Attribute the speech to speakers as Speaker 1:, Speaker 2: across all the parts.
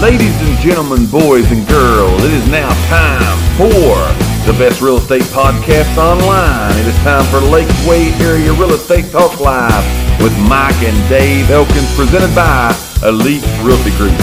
Speaker 1: Ladies and gentlemen, boys and girls, it is now time for the best real estate podcast online. It is time for Lakeway Area Real Estate Talk Live with Mike and Dave Elkins, presented by Elite Realty Group.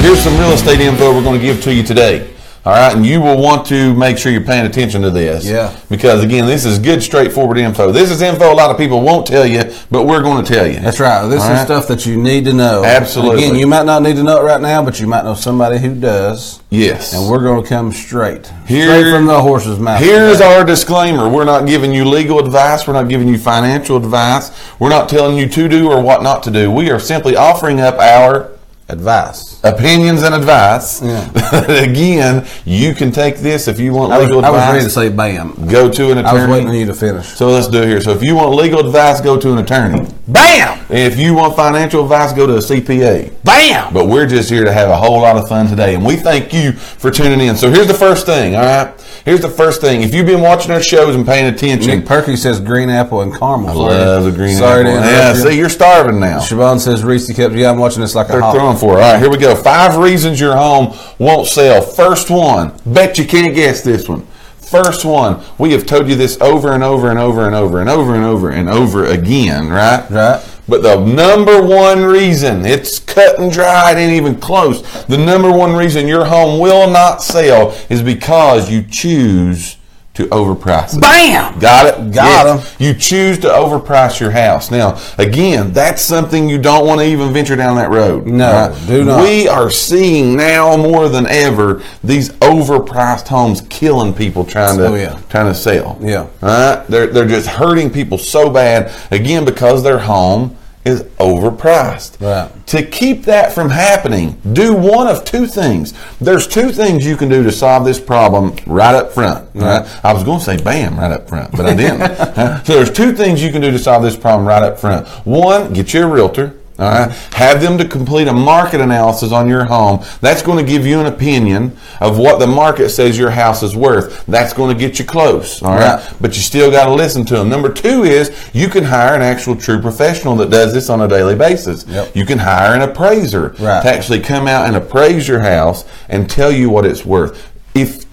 Speaker 2: Here's some real estate info we're going to give to you today. All right, and you will want to make sure you're paying attention to this.
Speaker 3: Yeah.
Speaker 2: Because again, this is good, straightforward info. This is info a lot of people won't tell you, but we're going to tell you.
Speaker 3: That's right. This
Speaker 2: All
Speaker 3: is
Speaker 2: right.
Speaker 3: stuff that you need to know.
Speaker 2: Absolutely.
Speaker 3: Again, you might not need to know it right now, but you might know somebody who does.
Speaker 2: Yes.
Speaker 3: And we're going to come straight,
Speaker 2: Here-
Speaker 3: straight from the horse's mouth.
Speaker 2: Here's our disclaimer. We're not giving you legal advice. We're not giving you financial advice. We're not telling you to do or what not to do. We are simply offering up our
Speaker 3: advice.
Speaker 2: opinions and advice.
Speaker 3: Yeah.
Speaker 2: again, you can take this if you want
Speaker 3: I was,
Speaker 2: legal
Speaker 3: I was ready
Speaker 2: advice.
Speaker 3: to say "bam."
Speaker 2: go to an attorney.
Speaker 3: I was waiting on you to finish.
Speaker 2: So let's do it here. So if you want legal advice, go to an attorney.
Speaker 3: Bam,
Speaker 2: If you want financial advice, go to a CPA.
Speaker 3: bam.
Speaker 2: But we're just here to have a whole lot of fun today, and we thank you for tuning in. So here's the first thing, all right? Here's the first thing. If you've been watching our shows and paying attention,
Speaker 3: Nick Perky says green apple and caramel.
Speaker 2: love the green
Speaker 3: Sorry
Speaker 2: apple.
Speaker 3: to
Speaker 2: Yeah,
Speaker 3: interrupt you.
Speaker 2: see, you're starving now.
Speaker 3: Siobhan says Reese kept. Yeah, I'm watching this like a
Speaker 2: They're
Speaker 3: hawk.
Speaker 2: throwing for it. All right, here we go. Five reasons your home won't sell. First one. Bet you can't guess this one. First one. We have told you this over and over and over and over and over and over and over again, right?
Speaker 3: Right.
Speaker 2: But the number one reason, it's cut and dry, it ain't even close. The number one reason your home will not sell is because you choose to overprice it.
Speaker 3: Bam.
Speaker 2: Got it?
Speaker 3: Got 'em.
Speaker 2: You choose to overprice your house. Now, again, that's something you don't want to even venture down that road.
Speaker 3: No, do not.
Speaker 2: We are seeing now more than ever these overpriced homes killing people trying to
Speaker 3: Oh, yeah.
Speaker 2: trying to sell.
Speaker 3: Yeah.
Speaker 2: Right? They're they're just hurting people so bad again because their home is overpriced.
Speaker 3: Right.
Speaker 2: To keep that from happening, do one of two things. There's two things you can do to solve this problem right up front. Right? I was going to say bam right up front, but I didn't. Huh? so there's two things you can do to solve this problem right up front. One, get your realtor. All right. Have them to complete a market analysis on your home. That's going to give you an opinion of what the market says your house is worth. That's going to get you close. All right.
Speaker 3: Right.
Speaker 2: But you still got to listen to them. Number two is you can hire an actual true professional that does this on a daily basis.
Speaker 3: Yep.
Speaker 2: You can hire an appraiser
Speaker 3: Right.
Speaker 2: to actually come out and appraise your house and tell you what it's worth. If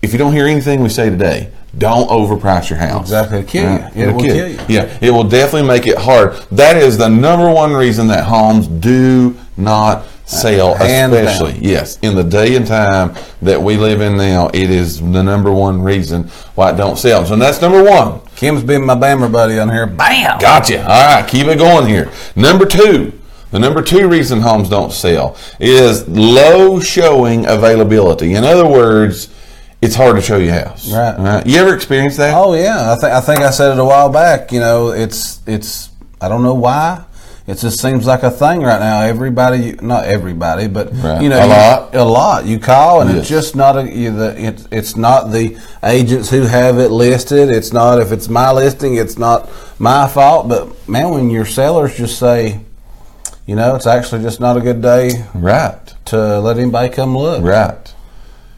Speaker 2: if you don't hear anything we say today, don't overprice your house.
Speaker 3: Exactly. It'll kill you.
Speaker 2: Right?
Speaker 3: It will kill you.
Speaker 2: Yeah, it will definitely make it hard. That is the number one reason that homes do not sell,
Speaker 3: Hands down.
Speaker 2: especially yes, in the day and time that we live in now. It is the number one reason why it don't sell. So that's number one.
Speaker 3: Kim's been my bammer buddy on here. Bam.
Speaker 2: Gotcha. All right, keep it going here. Number two, the number two reason homes don't sell is low showing availability. In other words, it's hard to show your house.
Speaker 3: Right.
Speaker 2: You ever experienced that?
Speaker 3: Oh yeah, I think I think I said it a while back. You know, it's it's I don't know why. It just seems like a thing right now. Everybody, not everybody, but
Speaker 2: Right.
Speaker 3: you know,
Speaker 2: A
Speaker 3: you-
Speaker 2: lot.
Speaker 3: a lot. You call, and
Speaker 2: Yes.
Speaker 3: it's just not a. You, the, it's it's not the agents who have it listed. It's not if it's my listing. It's not my fault. But man, when your sellers just say, you know, it's actually just not a good day
Speaker 2: Right.
Speaker 3: to let anybody come look.
Speaker 2: Right.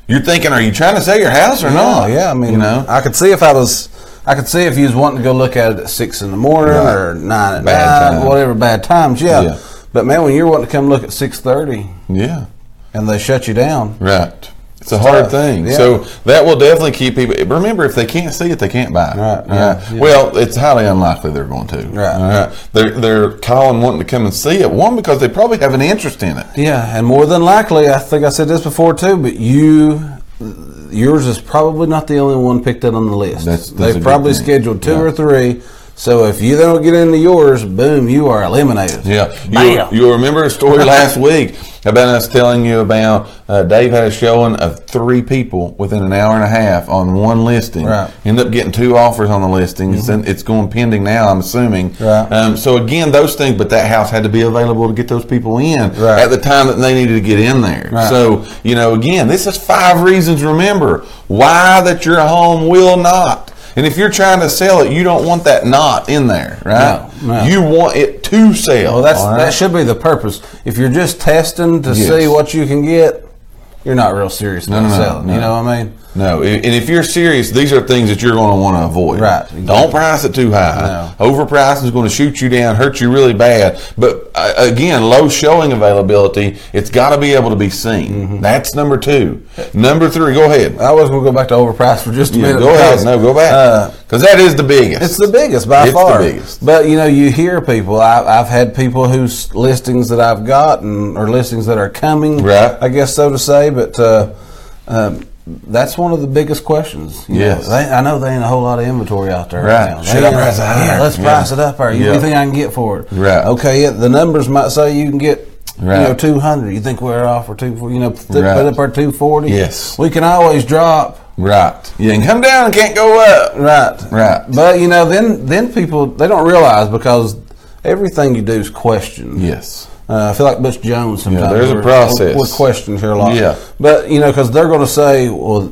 Speaker 2: You're thinking, are you trying to sell your house or not?
Speaker 3: Yeah, yeah. I mean,
Speaker 2: you know,
Speaker 3: I could see if I was, I could see if you was wanting to go look at it at six in the morning
Speaker 2: Right.
Speaker 3: or nine at
Speaker 2: Bad
Speaker 3: night,
Speaker 2: time.
Speaker 3: whatever bad times. Yeah.
Speaker 2: Yeah.
Speaker 3: but man, when you're wanting to come look at six thirty
Speaker 2: yeah.
Speaker 3: and they shut you down,
Speaker 2: Right. It's a hard
Speaker 3: tough.
Speaker 2: thing.
Speaker 3: Yeah.
Speaker 2: So that will definitely keep people. Remember, if they can't see it, they can't buy. it.
Speaker 3: Right,
Speaker 2: All
Speaker 3: yeah, yeah.
Speaker 2: Well, it's highly unlikely they're going to.
Speaker 3: Right.
Speaker 2: All They're they're calling wanting to come and see it. One because they probably have an interest in it.
Speaker 3: yeah, and more than likely, I think I said this before too, but you. Yours is probably not the only one picked up on the list.
Speaker 2: That's- that's a
Speaker 3: They've
Speaker 2: good
Speaker 3: probably
Speaker 2: thing.
Speaker 3: scheduled two
Speaker 2: Yeah.
Speaker 3: or three. So if you don't get into yours, boom, you are eliminated.
Speaker 2: Yeah. You, you remember a story last week about us telling you about uh, Dave had a showing of three people within an hour and a half on one listing.
Speaker 3: Right. Mm-hmm.
Speaker 2: End up getting two offers on the listing. It's, in, it's going pending now, I'm assuming.
Speaker 3: Right.
Speaker 2: Um, so, again, those things, but that house had to be available to get those people in
Speaker 3: Right.
Speaker 2: at the time that they needed to get in there.
Speaker 3: Right.
Speaker 2: So, you know, again, this is five reasons, remember, why that your home will not. And if you're trying to sell it, you don't want that not in there, right?
Speaker 3: No, no.
Speaker 2: You want it to sell.
Speaker 3: Well, Oh, that's
Speaker 2: all right?
Speaker 3: that should be the purpose. If you're just testing to
Speaker 2: Yes.
Speaker 3: see what you can get, you're not real serious about
Speaker 2: no, no,
Speaker 3: selling.
Speaker 2: no.
Speaker 3: You know what I mean?
Speaker 4: No, i- and if you're serious, these are things that you're going to want to avoid.
Speaker 3: Right.
Speaker 4: Don't price it too high. Overpricing is going to shoot you down, hurt you really bad. But uh, again, low showing availability. It's got to be able to be seen.
Speaker 3: Mm-hmm.
Speaker 4: That's number two. Number three. Go ahead.
Speaker 3: I was going to go back to overpriced for just a
Speaker 4: Yeah,
Speaker 3: minute.
Speaker 4: go ahead.
Speaker 3: because,
Speaker 4: No, go
Speaker 3: uh,
Speaker 4: back. Because that is the biggest.
Speaker 3: It's the biggest by
Speaker 4: It's the
Speaker 3: far.
Speaker 4: biggest.
Speaker 3: But you know, you hear people. I, I've had people whose listings that I've gotten or listings that are coming.
Speaker 4: Right.
Speaker 3: I guess so to say. But uh, um, that's one of the biggest questions. you know.
Speaker 4: Yes.
Speaker 3: They, I know there ain't a whole lot of inventory out there.
Speaker 4: Right.
Speaker 3: now. They
Speaker 4: Should I
Speaker 3: ain't-
Speaker 4: price it higher?
Speaker 3: Yeah, let's
Speaker 4: Yeah.
Speaker 3: price it up. Or you
Speaker 4: Yeah.
Speaker 3: you think I can get for it?
Speaker 4: Right.
Speaker 3: Okay. Yeah, the numbers might say you can get.
Speaker 4: Right.
Speaker 3: You know, two hundred. You think we're off for two? You know, th-
Speaker 4: Right.
Speaker 3: put up our two forty.
Speaker 4: Yes.
Speaker 3: we can always drop.
Speaker 4: right. You can come down and can't go up.
Speaker 3: Right.
Speaker 4: Right.
Speaker 3: But you know, then then people they don't realize because everything you do is questioned.
Speaker 4: Yes.
Speaker 3: Uh, I feel like Butch Jones sometimes.
Speaker 4: there's a
Speaker 3: We're-
Speaker 4: process.
Speaker 3: We're, questioned here a lot.
Speaker 4: Yeah.
Speaker 3: But you know, because they're going to say, "Well,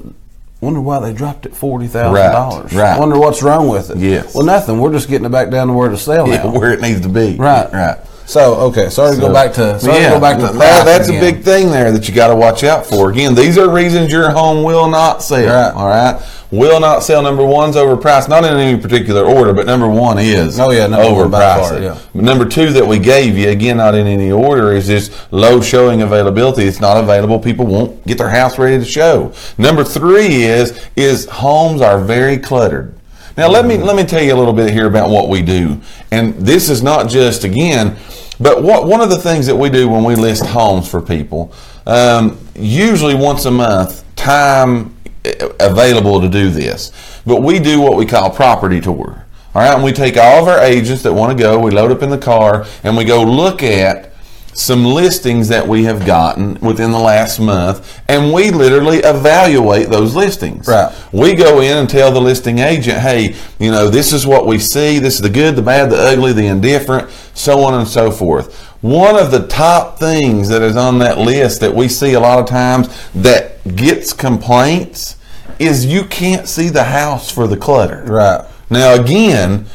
Speaker 3: wonder why they dropped it forty thousand dollars.
Speaker 4: Right, right.
Speaker 3: Wonder what's wrong with it.
Speaker 4: Yes.
Speaker 3: Well, nothing. We're just getting it back down to where to sell
Speaker 4: Yeah,
Speaker 3: now.
Speaker 4: where it needs to be.
Speaker 3: Right.
Speaker 4: Right.
Speaker 3: So okay, sorry to
Speaker 4: So-
Speaker 3: go back to sorry
Speaker 4: yeah,
Speaker 3: to go back to
Speaker 4: that-
Speaker 3: price
Speaker 4: that's
Speaker 3: again.
Speaker 4: a big thing there that you got to watch out for. Again, these are reasons your home will not sell.
Speaker 3: Right.
Speaker 4: All right, will not sell. Number one's overpriced, not in any particular order, but number one is
Speaker 3: Oh, yeah, number one by
Speaker 4: overpriced.
Speaker 3: far, yeah.
Speaker 4: But number two that we gave you again, not in any order, is this low showing availability. It's not available. People won't get their house ready to show. Number three is is homes are very cluttered. Now let me let me tell you a little bit here about what we do, and this is not just again, but what one of the things that we do when we list homes for people, um, usually once a month, time eh, available to do this, but we do what we call property tour. All right, and we take all of our agents that want to go, we load up in the car, and we go look at some listings that we have gotten within the last month, and we literally evaluate those listings.
Speaker 3: Right.
Speaker 4: We go in and tell the listing agent, hey, you know, this is what we see, this is the good, the bad, the ugly, the indifferent, so on and so forth. One of the top things that is on that list that we see a lot of times that gets complaints is you can't see the house for the clutter.
Speaker 3: Right.
Speaker 4: Now again,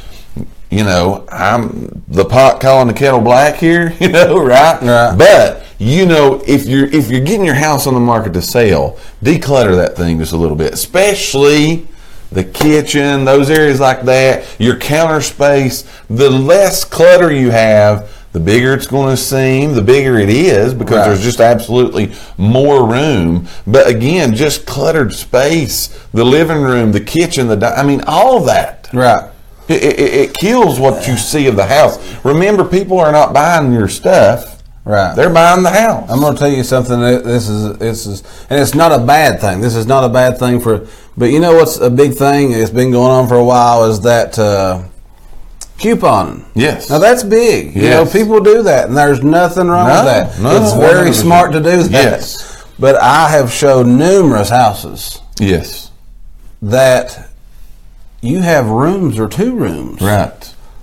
Speaker 4: you know, I'm the pot calling the kettle black here, you know, right?
Speaker 3: Right.
Speaker 4: But you know, if you're if you're getting your house on the market to sell, declutter that thing just a little bit, especially the kitchen, those areas like that, your counter space. The less clutter you have, the bigger it's going to seem. The bigger it is because
Speaker 3: Right.
Speaker 4: there's just absolutely more room. But again, just cluttered space, the living room, the kitchen, the di- I mean, all that.
Speaker 3: right.
Speaker 4: It, it, it- it kills what you see of the house. Remember, people are not buying your stuff.
Speaker 3: Right.
Speaker 4: They're buying the house.
Speaker 3: I'm going to tell you something. that This is this is, and it's not a bad thing. This is not a bad thing for. But you know what's a big thing? It's been going on for a while. Is that uh, couponing?
Speaker 4: Yes.
Speaker 3: Now that's big. You know,
Speaker 4: Yes.
Speaker 3: people do that, and there's nothing wrong
Speaker 4: No,
Speaker 3: with that.
Speaker 4: no,
Speaker 3: it's very
Speaker 4: 100%.
Speaker 3: smart to do that.
Speaker 4: Yes.
Speaker 3: But I have shown numerous houses
Speaker 4: yes.
Speaker 3: that you have rooms or two rooms
Speaker 4: Right.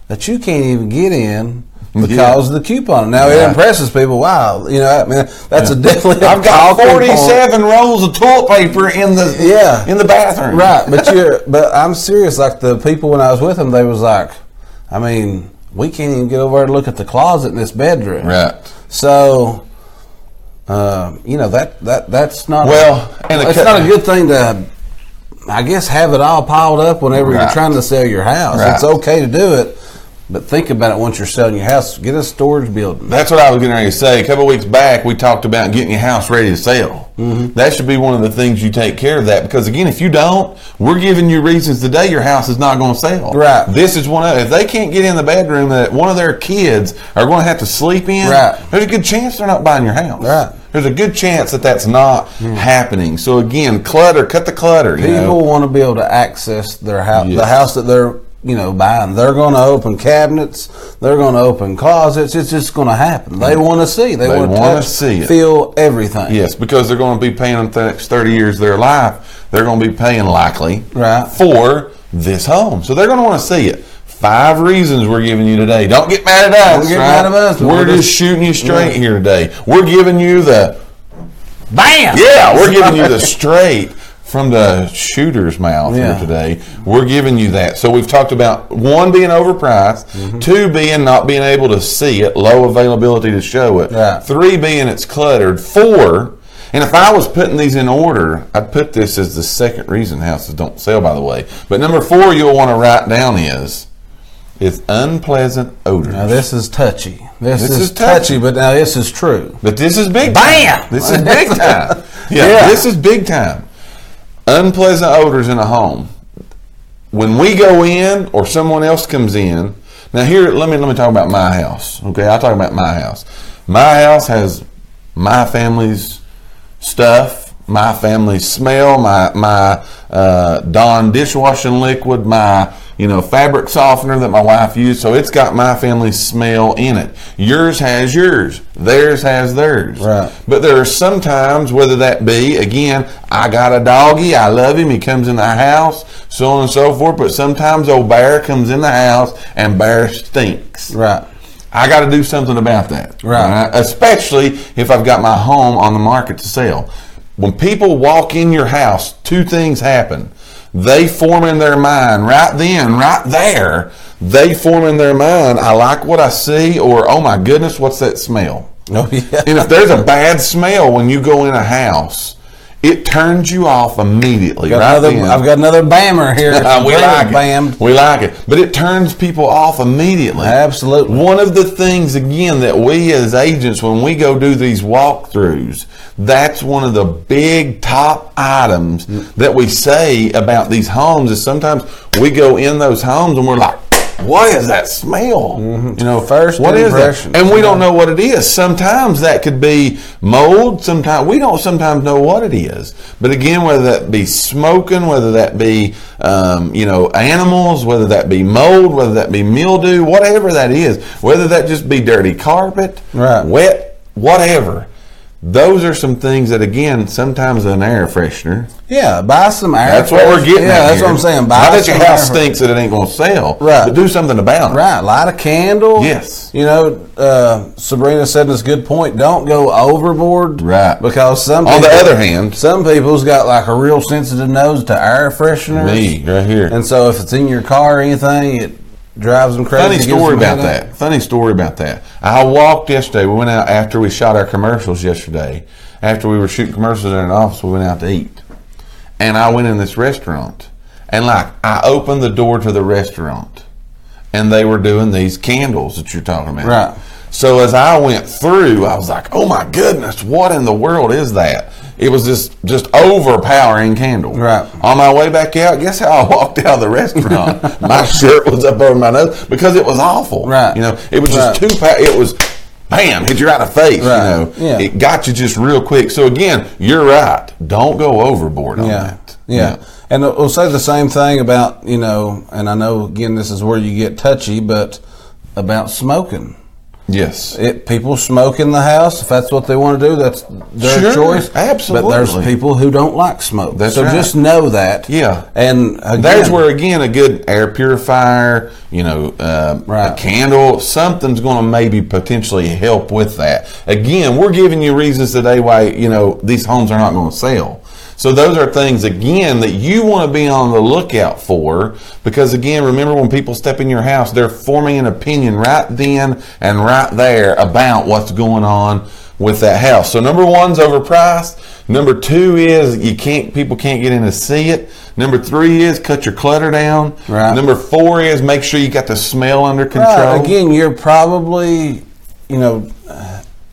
Speaker 3: that you can't even get in
Speaker 4: Yeah.
Speaker 3: because of the coupon. Now
Speaker 4: Right.
Speaker 3: it impresses people. Wow, you know, I mean, that's a definitely.
Speaker 4: I've got
Speaker 3: talking point.
Speaker 4: 47 rolls of toilet paper in the
Speaker 3: Yeah.
Speaker 4: in the bathroom.
Speaker 3: Right, but you're. But I'm serious. Like the people when I was with them, they was like, I mean, we can't even get over to look at the closet in this bedroom.
Speaker 4: Right.
Speaker 3: So, um, you know that that that's not
Speaker 4: Well,
Speaker 3: A,
Speaker 4: and a
Speaker 3: it's
Speaker 4: cou-
Speaker 3: not a good thing to. I guess have it all piled up whenever
Speaker 4: Right.
Speaker 3: you're trying to sell your house.
Speaker 4: Right.
Speaker 3: It's okay to do it, but think about it once you're selling your house. Get a storage building.
Speaker 4: That's what I was getting ready to say. A couple of weeks back, we talked about getting your house ready to sell.
Speaker 3: Mm-hmm.
Speaker 4: That should be one of the things you take care of that because again, if you don't, we're giving you reasons today your house is not going to sell.
Speaker 3: Right.
Speaker 4: This is one of if they can't get in the bedroom that one of their kids are going to have to sleep in.
Speaker 3: Right.
Speaker 4: There's a good chance they're not buying your house.
Speaker 3: Right. Mm.
Speaker 4: There's a good chance that that's not happening. So again, clutter, cut the clutter. you know.
Speaker 3: People want to be able to access their house,
Speaker 4: Yes.
Speaker 3: the house that they're you know buying. They're going to open cabinets. They're going to open closets. It's just going to happen. They want to see. They,
Speaker 4: They
Speaker 3: want to
Speaker 4: wanna
Speaker 3: touch,
Speaker 4: see it.
Speaker 3: feel everything.
Speaker 4: Yes, because they're going to be paying them the next 30 years of their life. They're going to be paying likely
Speaker 3: Right.
Speaker 4: for this home. So they're going to want to see it. Five reasons we're giving you today. Don't get mad at us.
Speaker 3: Don't get
Speaker 4: right?
Speaker 3: mad at us.
Speaker 4: We're,
Speaker 3: We're
Speaker 4: just,
Speaker 3: just-
Speaker 4: shooting you straight
Speaker 3: Yeah.
Speaker 4: here today. We're giving you the
Speaker 3: Bam.
Speaker 4: yeah. We're giving you the straight from the shooter's mouth
Speaker 3: Yeah.
Speaker 4: here today. We're giving you that. So we've talked about one being overpriced, two being not being able to see it, low availability to show it,
Speaker 3: Right.
Speaker 4: three being it's cluttered, four. And if I was putting these in order, I'd put this as the second reason houses don't sell, by the way. But number four you'll want to write down is is unpleasant odors.
Speaker 3: Now this is touchy. This,
Speaker 4: This
Speaker 3: is,
Speaker 4: is touchy.
Speaker 3: touchy, but now this is true.
Speaker 4: But this is big.
Speaker 3: Bam!
Speaker 4: Time. This is big time. Yeah,
Speaker 3: Yeah.
Speaker 4: this is big time. Unpleasant odors in a home. When we go in, or someone else comes in. Now here, let me let me talk about my house. Okay, I'll talk about my house. My house has my family's stuff, my family's smell, my my uh, Dawn dishwashing liquid, my you know fabric softener that my wife used. So it's got my family's smell in it. Yours has yours. Theirs has theirs.
Speaker 3: Right.
Speaker 4: But there are some times, whether that be again, I got a doggy, I love him, he comes in the house, so on and so forth. But sometimes old bear comes in the house and bear stinks.
Speaker 3: Right.
Speaker 4: I got to do something about that.
Speaker 3: Right.
Speaker 4: All Especially if I've got my home on the market to sell. When people walk in your house, two things happen. They form in their mind right then, right there, they form in their mind, I like what I see, or oh my goodness, what's that smell?
Speaker 3: Oh yeah.
Speaker 4: And if there's a bad smell when you go in a house, it turns you off immediately.
Speaker 3: Got
Speaker 4: right
Speaker 3: another,
Speaker 4: then.
Speaker 3: I've got another bammer here.
Speaker 4: we
Speaker 3: Bammer
Speaker 4: like it.
Speaker 3: Bammed.
Speaker 4: We like it. But it turns people off immediately.
Speaker 3: Absolutely.
Speaker 4: One of the things, again, that we as agents, when we go do these walkthroughs, that's one of the big top items that we say about these homes is sometimes we go in those homes and we're like, what is that smell?
Speaker 3: Mm-hmm.
Speaker 4: You know,
Speaker 3: First
Speaker 4: what is that?
Speaker 3: impression.
Speaker 4: And we don't know what it is. Sometimes that could be mold. Sometimes we don't sometimes know what it is. But again, whether that be smoking, whether that be um, you know animals, whether that be mold, whether that be mildew, whatever that is, whether that just be dirty carpet,
Speaker 3: Right.
Speaker 4: wet, whatever. Those are some things that again sometimes an air freshener.
Speaker 3: Yeah, buy some air.
Speaker 4: That's what we're
Speaker 3: fresh-
Speaker 4: getting.
Speaker 3: Yeah,
Speaker 4: at
Speaker 3: that's
Speaker 4: here.
Speaker 3: what I'm saying. Buy
Speaker 4: Not that
Speaker 3: some
Speaker 4: your house
Speaker 3: air fresh-
Speaker 4: stinks that it ain't going to sell.
Speaker 3: Right.
Speaker 4: But do something about it.
Speaker 3: Right, light a candle.
Speaker 4: Yes.
Speaker 3: You know, uh, Sabrina said this good point. Don't go overboard.
Speaker 4: Right.
Speaker 3: Because some
Speaker 4: On the
Speaker 3: people-
Speaker 4: other hand-
Speaker 3: some people's got like a real sensitive nose to air fresheners.
Speaker 4: Me right here.
Speaker 3: And so if it's in your car or anything, it drives them crazy.
Speaker 4: Funny
Speaker 3: gives
Speaker 4: story
Speaker 3: them
Speaker 4: about
Speaker 3: headache.
Speaker 4: that. Funny story about that. I walked yesterday. We went out after we shot our commercials yesterday. After we were shooting commercials in an office, we went out to eat. And I went in this restaurant. And like, I opened the door to the restaurant. And they were doing these candles that you're talking about.
Speaker 3: Right.
Speaker 4: So as I went through, I was like, "Oh my goodness, what in the world is that?" It was just just overpowering candle.
Speaker 3: Right.
Speaker 4: On my way back out, guess how I walked out of the restaurant? my shirt was up over my nose because it was awful.
Speaker 3: Right.
Speaker 4: You know, it was just too.
Speaker 3: Right.
Speaker 4: Pa- it was, bam, hit you right in the face.
Speaker 3: Right.
Speaker 4: You know,
Speaker 3: Yeah.
Speaker 4: it got you just real quick. So again, you're right. Don't go overboard on
Speaker 3: yeah.
Speaker 4: that.
Speaker 3: Yeah. And we'll say the same thing about, you know, and I know, again, this is where you get touchy, but about smoking.
Speaker 4: Yes.
Speaker 3: It, people smoke in the house. If that's what they want to do, that's their
Speaker 4: Sure,
Speaker 3: choice.
Speaker 4: absolutely.
Speaker 3: But there's people who don't like smoke.
Speaker 4: That's
Speaker 3: so
Speaker 4: right.
Speaker 3: just know that.
Speaker 4: Yeah.
Speaker 3: And again,
Speaker 4: There's where again a good air purifier, you know, uh, a
Speaker 3: Right.
Speaker 4: candle, something's going to maybe potentially help with that. Again, we're giving you reasons today why you know these homes are not going to sell. So those are things again that you want to be on the lookout for because again, remember when people step in your house, they're forming an opinion right then and right there about what's going on with that house. So number one's overpriced. Number two is you can't people can't get in to see it. Number three is cut your clutter down.
Speaker 3: Right.
Speaker 4: Number four is make sure you got the smell under control.
Speaker 3: Right, uh, again, you're probably, you know,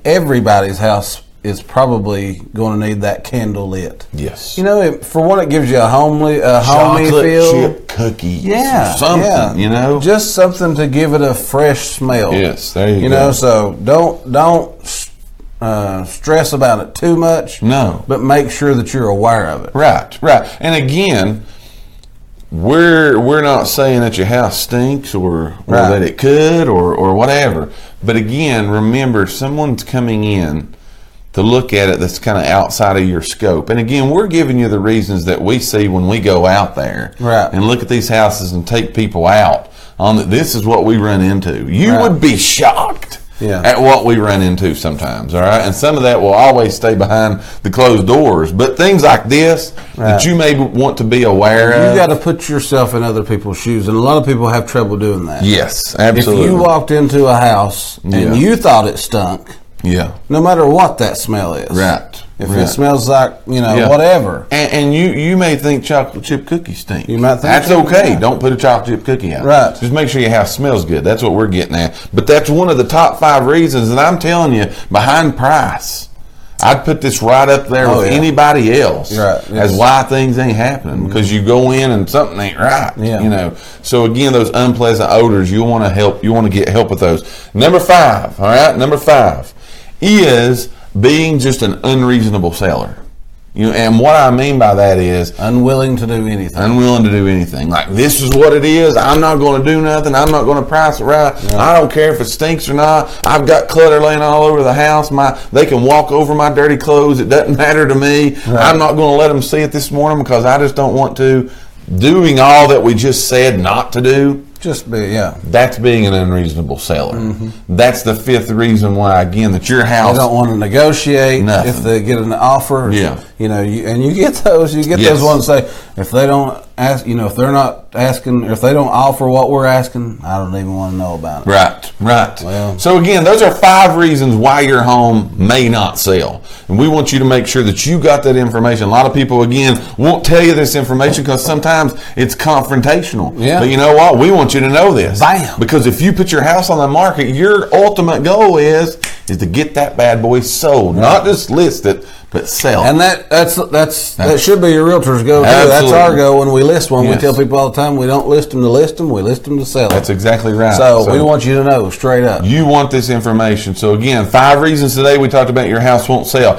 Speaker 3: everybody's house is probably going to need that candle lit.
Speaker 4: Yes.
Speaker 3: You know, it, for one, it gives you a homely, a homey
Speaker 4: Chocolate
Speaker 3: feel.
Speaker 4: chip cookies.
Speaker 3: Yeah,
Speaker 4: Or something.
Speaker 3: yeah.
Speaker 4: You know.
Speaker 3: just something to give it a fresh smell.
Speaker 4: Yes, there you
Speaker 3: You
Speaker 4: go.
Speaker 3: know, so don't don't uh, stress about it too much.
Speaker 4: No.
Speaker 3: but make sure that you're aware of it.
Speaker 4: Right, right. And again, we're we're not saying that your house stinks or, or
Speaker 3: Right.
Speaker 4: that it could or, or whatever. But again, remember someone's coming in to look at it that's kind of outside of your scope. And again, we're giving you the reasons that we see when we go out there
Speaker 3: Right.
Speaker 4: and look at these houses and take people out on that this is what we run into. You
Speaker 3: Right.
Speaker 4: would be shocked
Speaker 3: Yeah.
Speaker 4: at what we run into sometimes, all right? And some of that will always stay behind the closed doors. But things like this that
Speaker 3: Right.
Speaker 4: you may want to be aware of.
Speaker 3: You got to put yourself in other people's shoes, and a lot of people have trouble doing that.
Speaker 4: yes,
Speaker 3: If
Speaker 4: absolutely.
Speaker 3: you walked into a house and
Speaker 4: Yeah.
Speaker 3: you thought it stunk,
Speaker 4: yeah,
Speaker 3: no matter what that smell is,
Speaker 4: Right.
Speaker 3: If
Speaker 4: Right.
Speaker 3: it smells like you know
Speaker 4: Yeah.
Speaker 3: whatever,
Speaker 4: And, and you you may think chocolate chip cookies stink.
Speaker 3: You might think
Speaker 4: that's
Speaker 3: so,
Speaker 4: okay.
Speaker 3: yeah.
Speaker 4: Don't put a chocolate chip cookie out.
Speaker 3: Right.
Speaker 4: Just make sure your house smells good. That's what we're getting at. But that's one of the top five reasons, and I'm telling you, behind price. I'd put this right up there
Speaker 3: Oh,
Speaker 4: with
Speaker 3: yeah.
Speaker 4: anybody else
Speaker 3: Right,
Speaker 4: as
Speaker 3: yes.
Speaker 4: why things ain't happening because you go in and something ain't right.
Speaker 3: Mm-hmm. Yeah.
Speaker 4: You know. So again, those unpleasant odors, you want to help. You want to get help with those. Number five. All right. Number five is being just an unreasonable seller. You know, and what I mean by that is
Speaker 3: unwilling to do anything.
Speaker 4: unwilling to do anything. Like this is what it is. I'm not going to do nothing. I'm not going to price it right. I don't care if it stinks or not. I've got clutter laying all over the house. My they can walk over my dirty clothes. It doesn't matter to me. I'm not going to let them see it this morning because I just don't want to. Doing all that we just said not to do.
Speaker 3: Just be yeah.
Speaker 4: That's being an unreasonable seller. That's the fifth reason why, again, that your
Speaker 3: Mm-hmm.
Speaker 4: house
Speaker 3: They don't want to negotiate
Speaker 4: Nothing.
Speaker 3: if they get an offer.
Speaker 4: Yeah.
Speaker 3: you know, you, and you get those. You get
Speaker 4: Yes.
Speaker 3: those ones that say if they don't ask, you know, if they're not asking, if they don't offer what we're asking, I don't even want to know about it.
Speaker 4: Right, right.
Speaker 3: Well-
Speaker 4: so again, those are five reasons why your home may not sell, and we want you to make sure that you got that information. A lot of people, again, won't tell you this information because sometimes it's confrontational.
Speaker 3: Yeah.
Speaker 4: But you know what? We want you to know this.
Speaker 3: Bam.
Speaker 4: Because if you put your house on the market, your ultimate goal is is to get that bad boy sold, not just list it, but sell.
Speaker 3: And that that's that's that should be your realtor's go. too. That's
Speaker 4: Absolutely.
Speaker 3: our go when we list one.
Speaker 4: Yes.
Speaker 3: We tell people all the time we don't list them to list them. We list them to sell. 'em.
Speaker 4: that's exactly right.
Speaker 3: So, we want you to know straight up.
Speaker 4: you want this information. So again, five reasons today we talked about your house won't sell.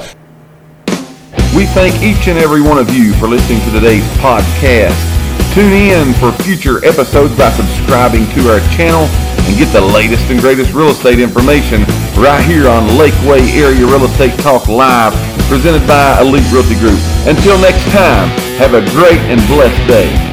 Speaker 2: We thank each and every one of you for listening to today's podcast. Tune in for future episodes by subscribing to our channel and get the latest and greatest real estate information right here on Lakeway Area Real Estate Talk Live, presented by Elite Realty Group. Until next time, have a great and blessed day.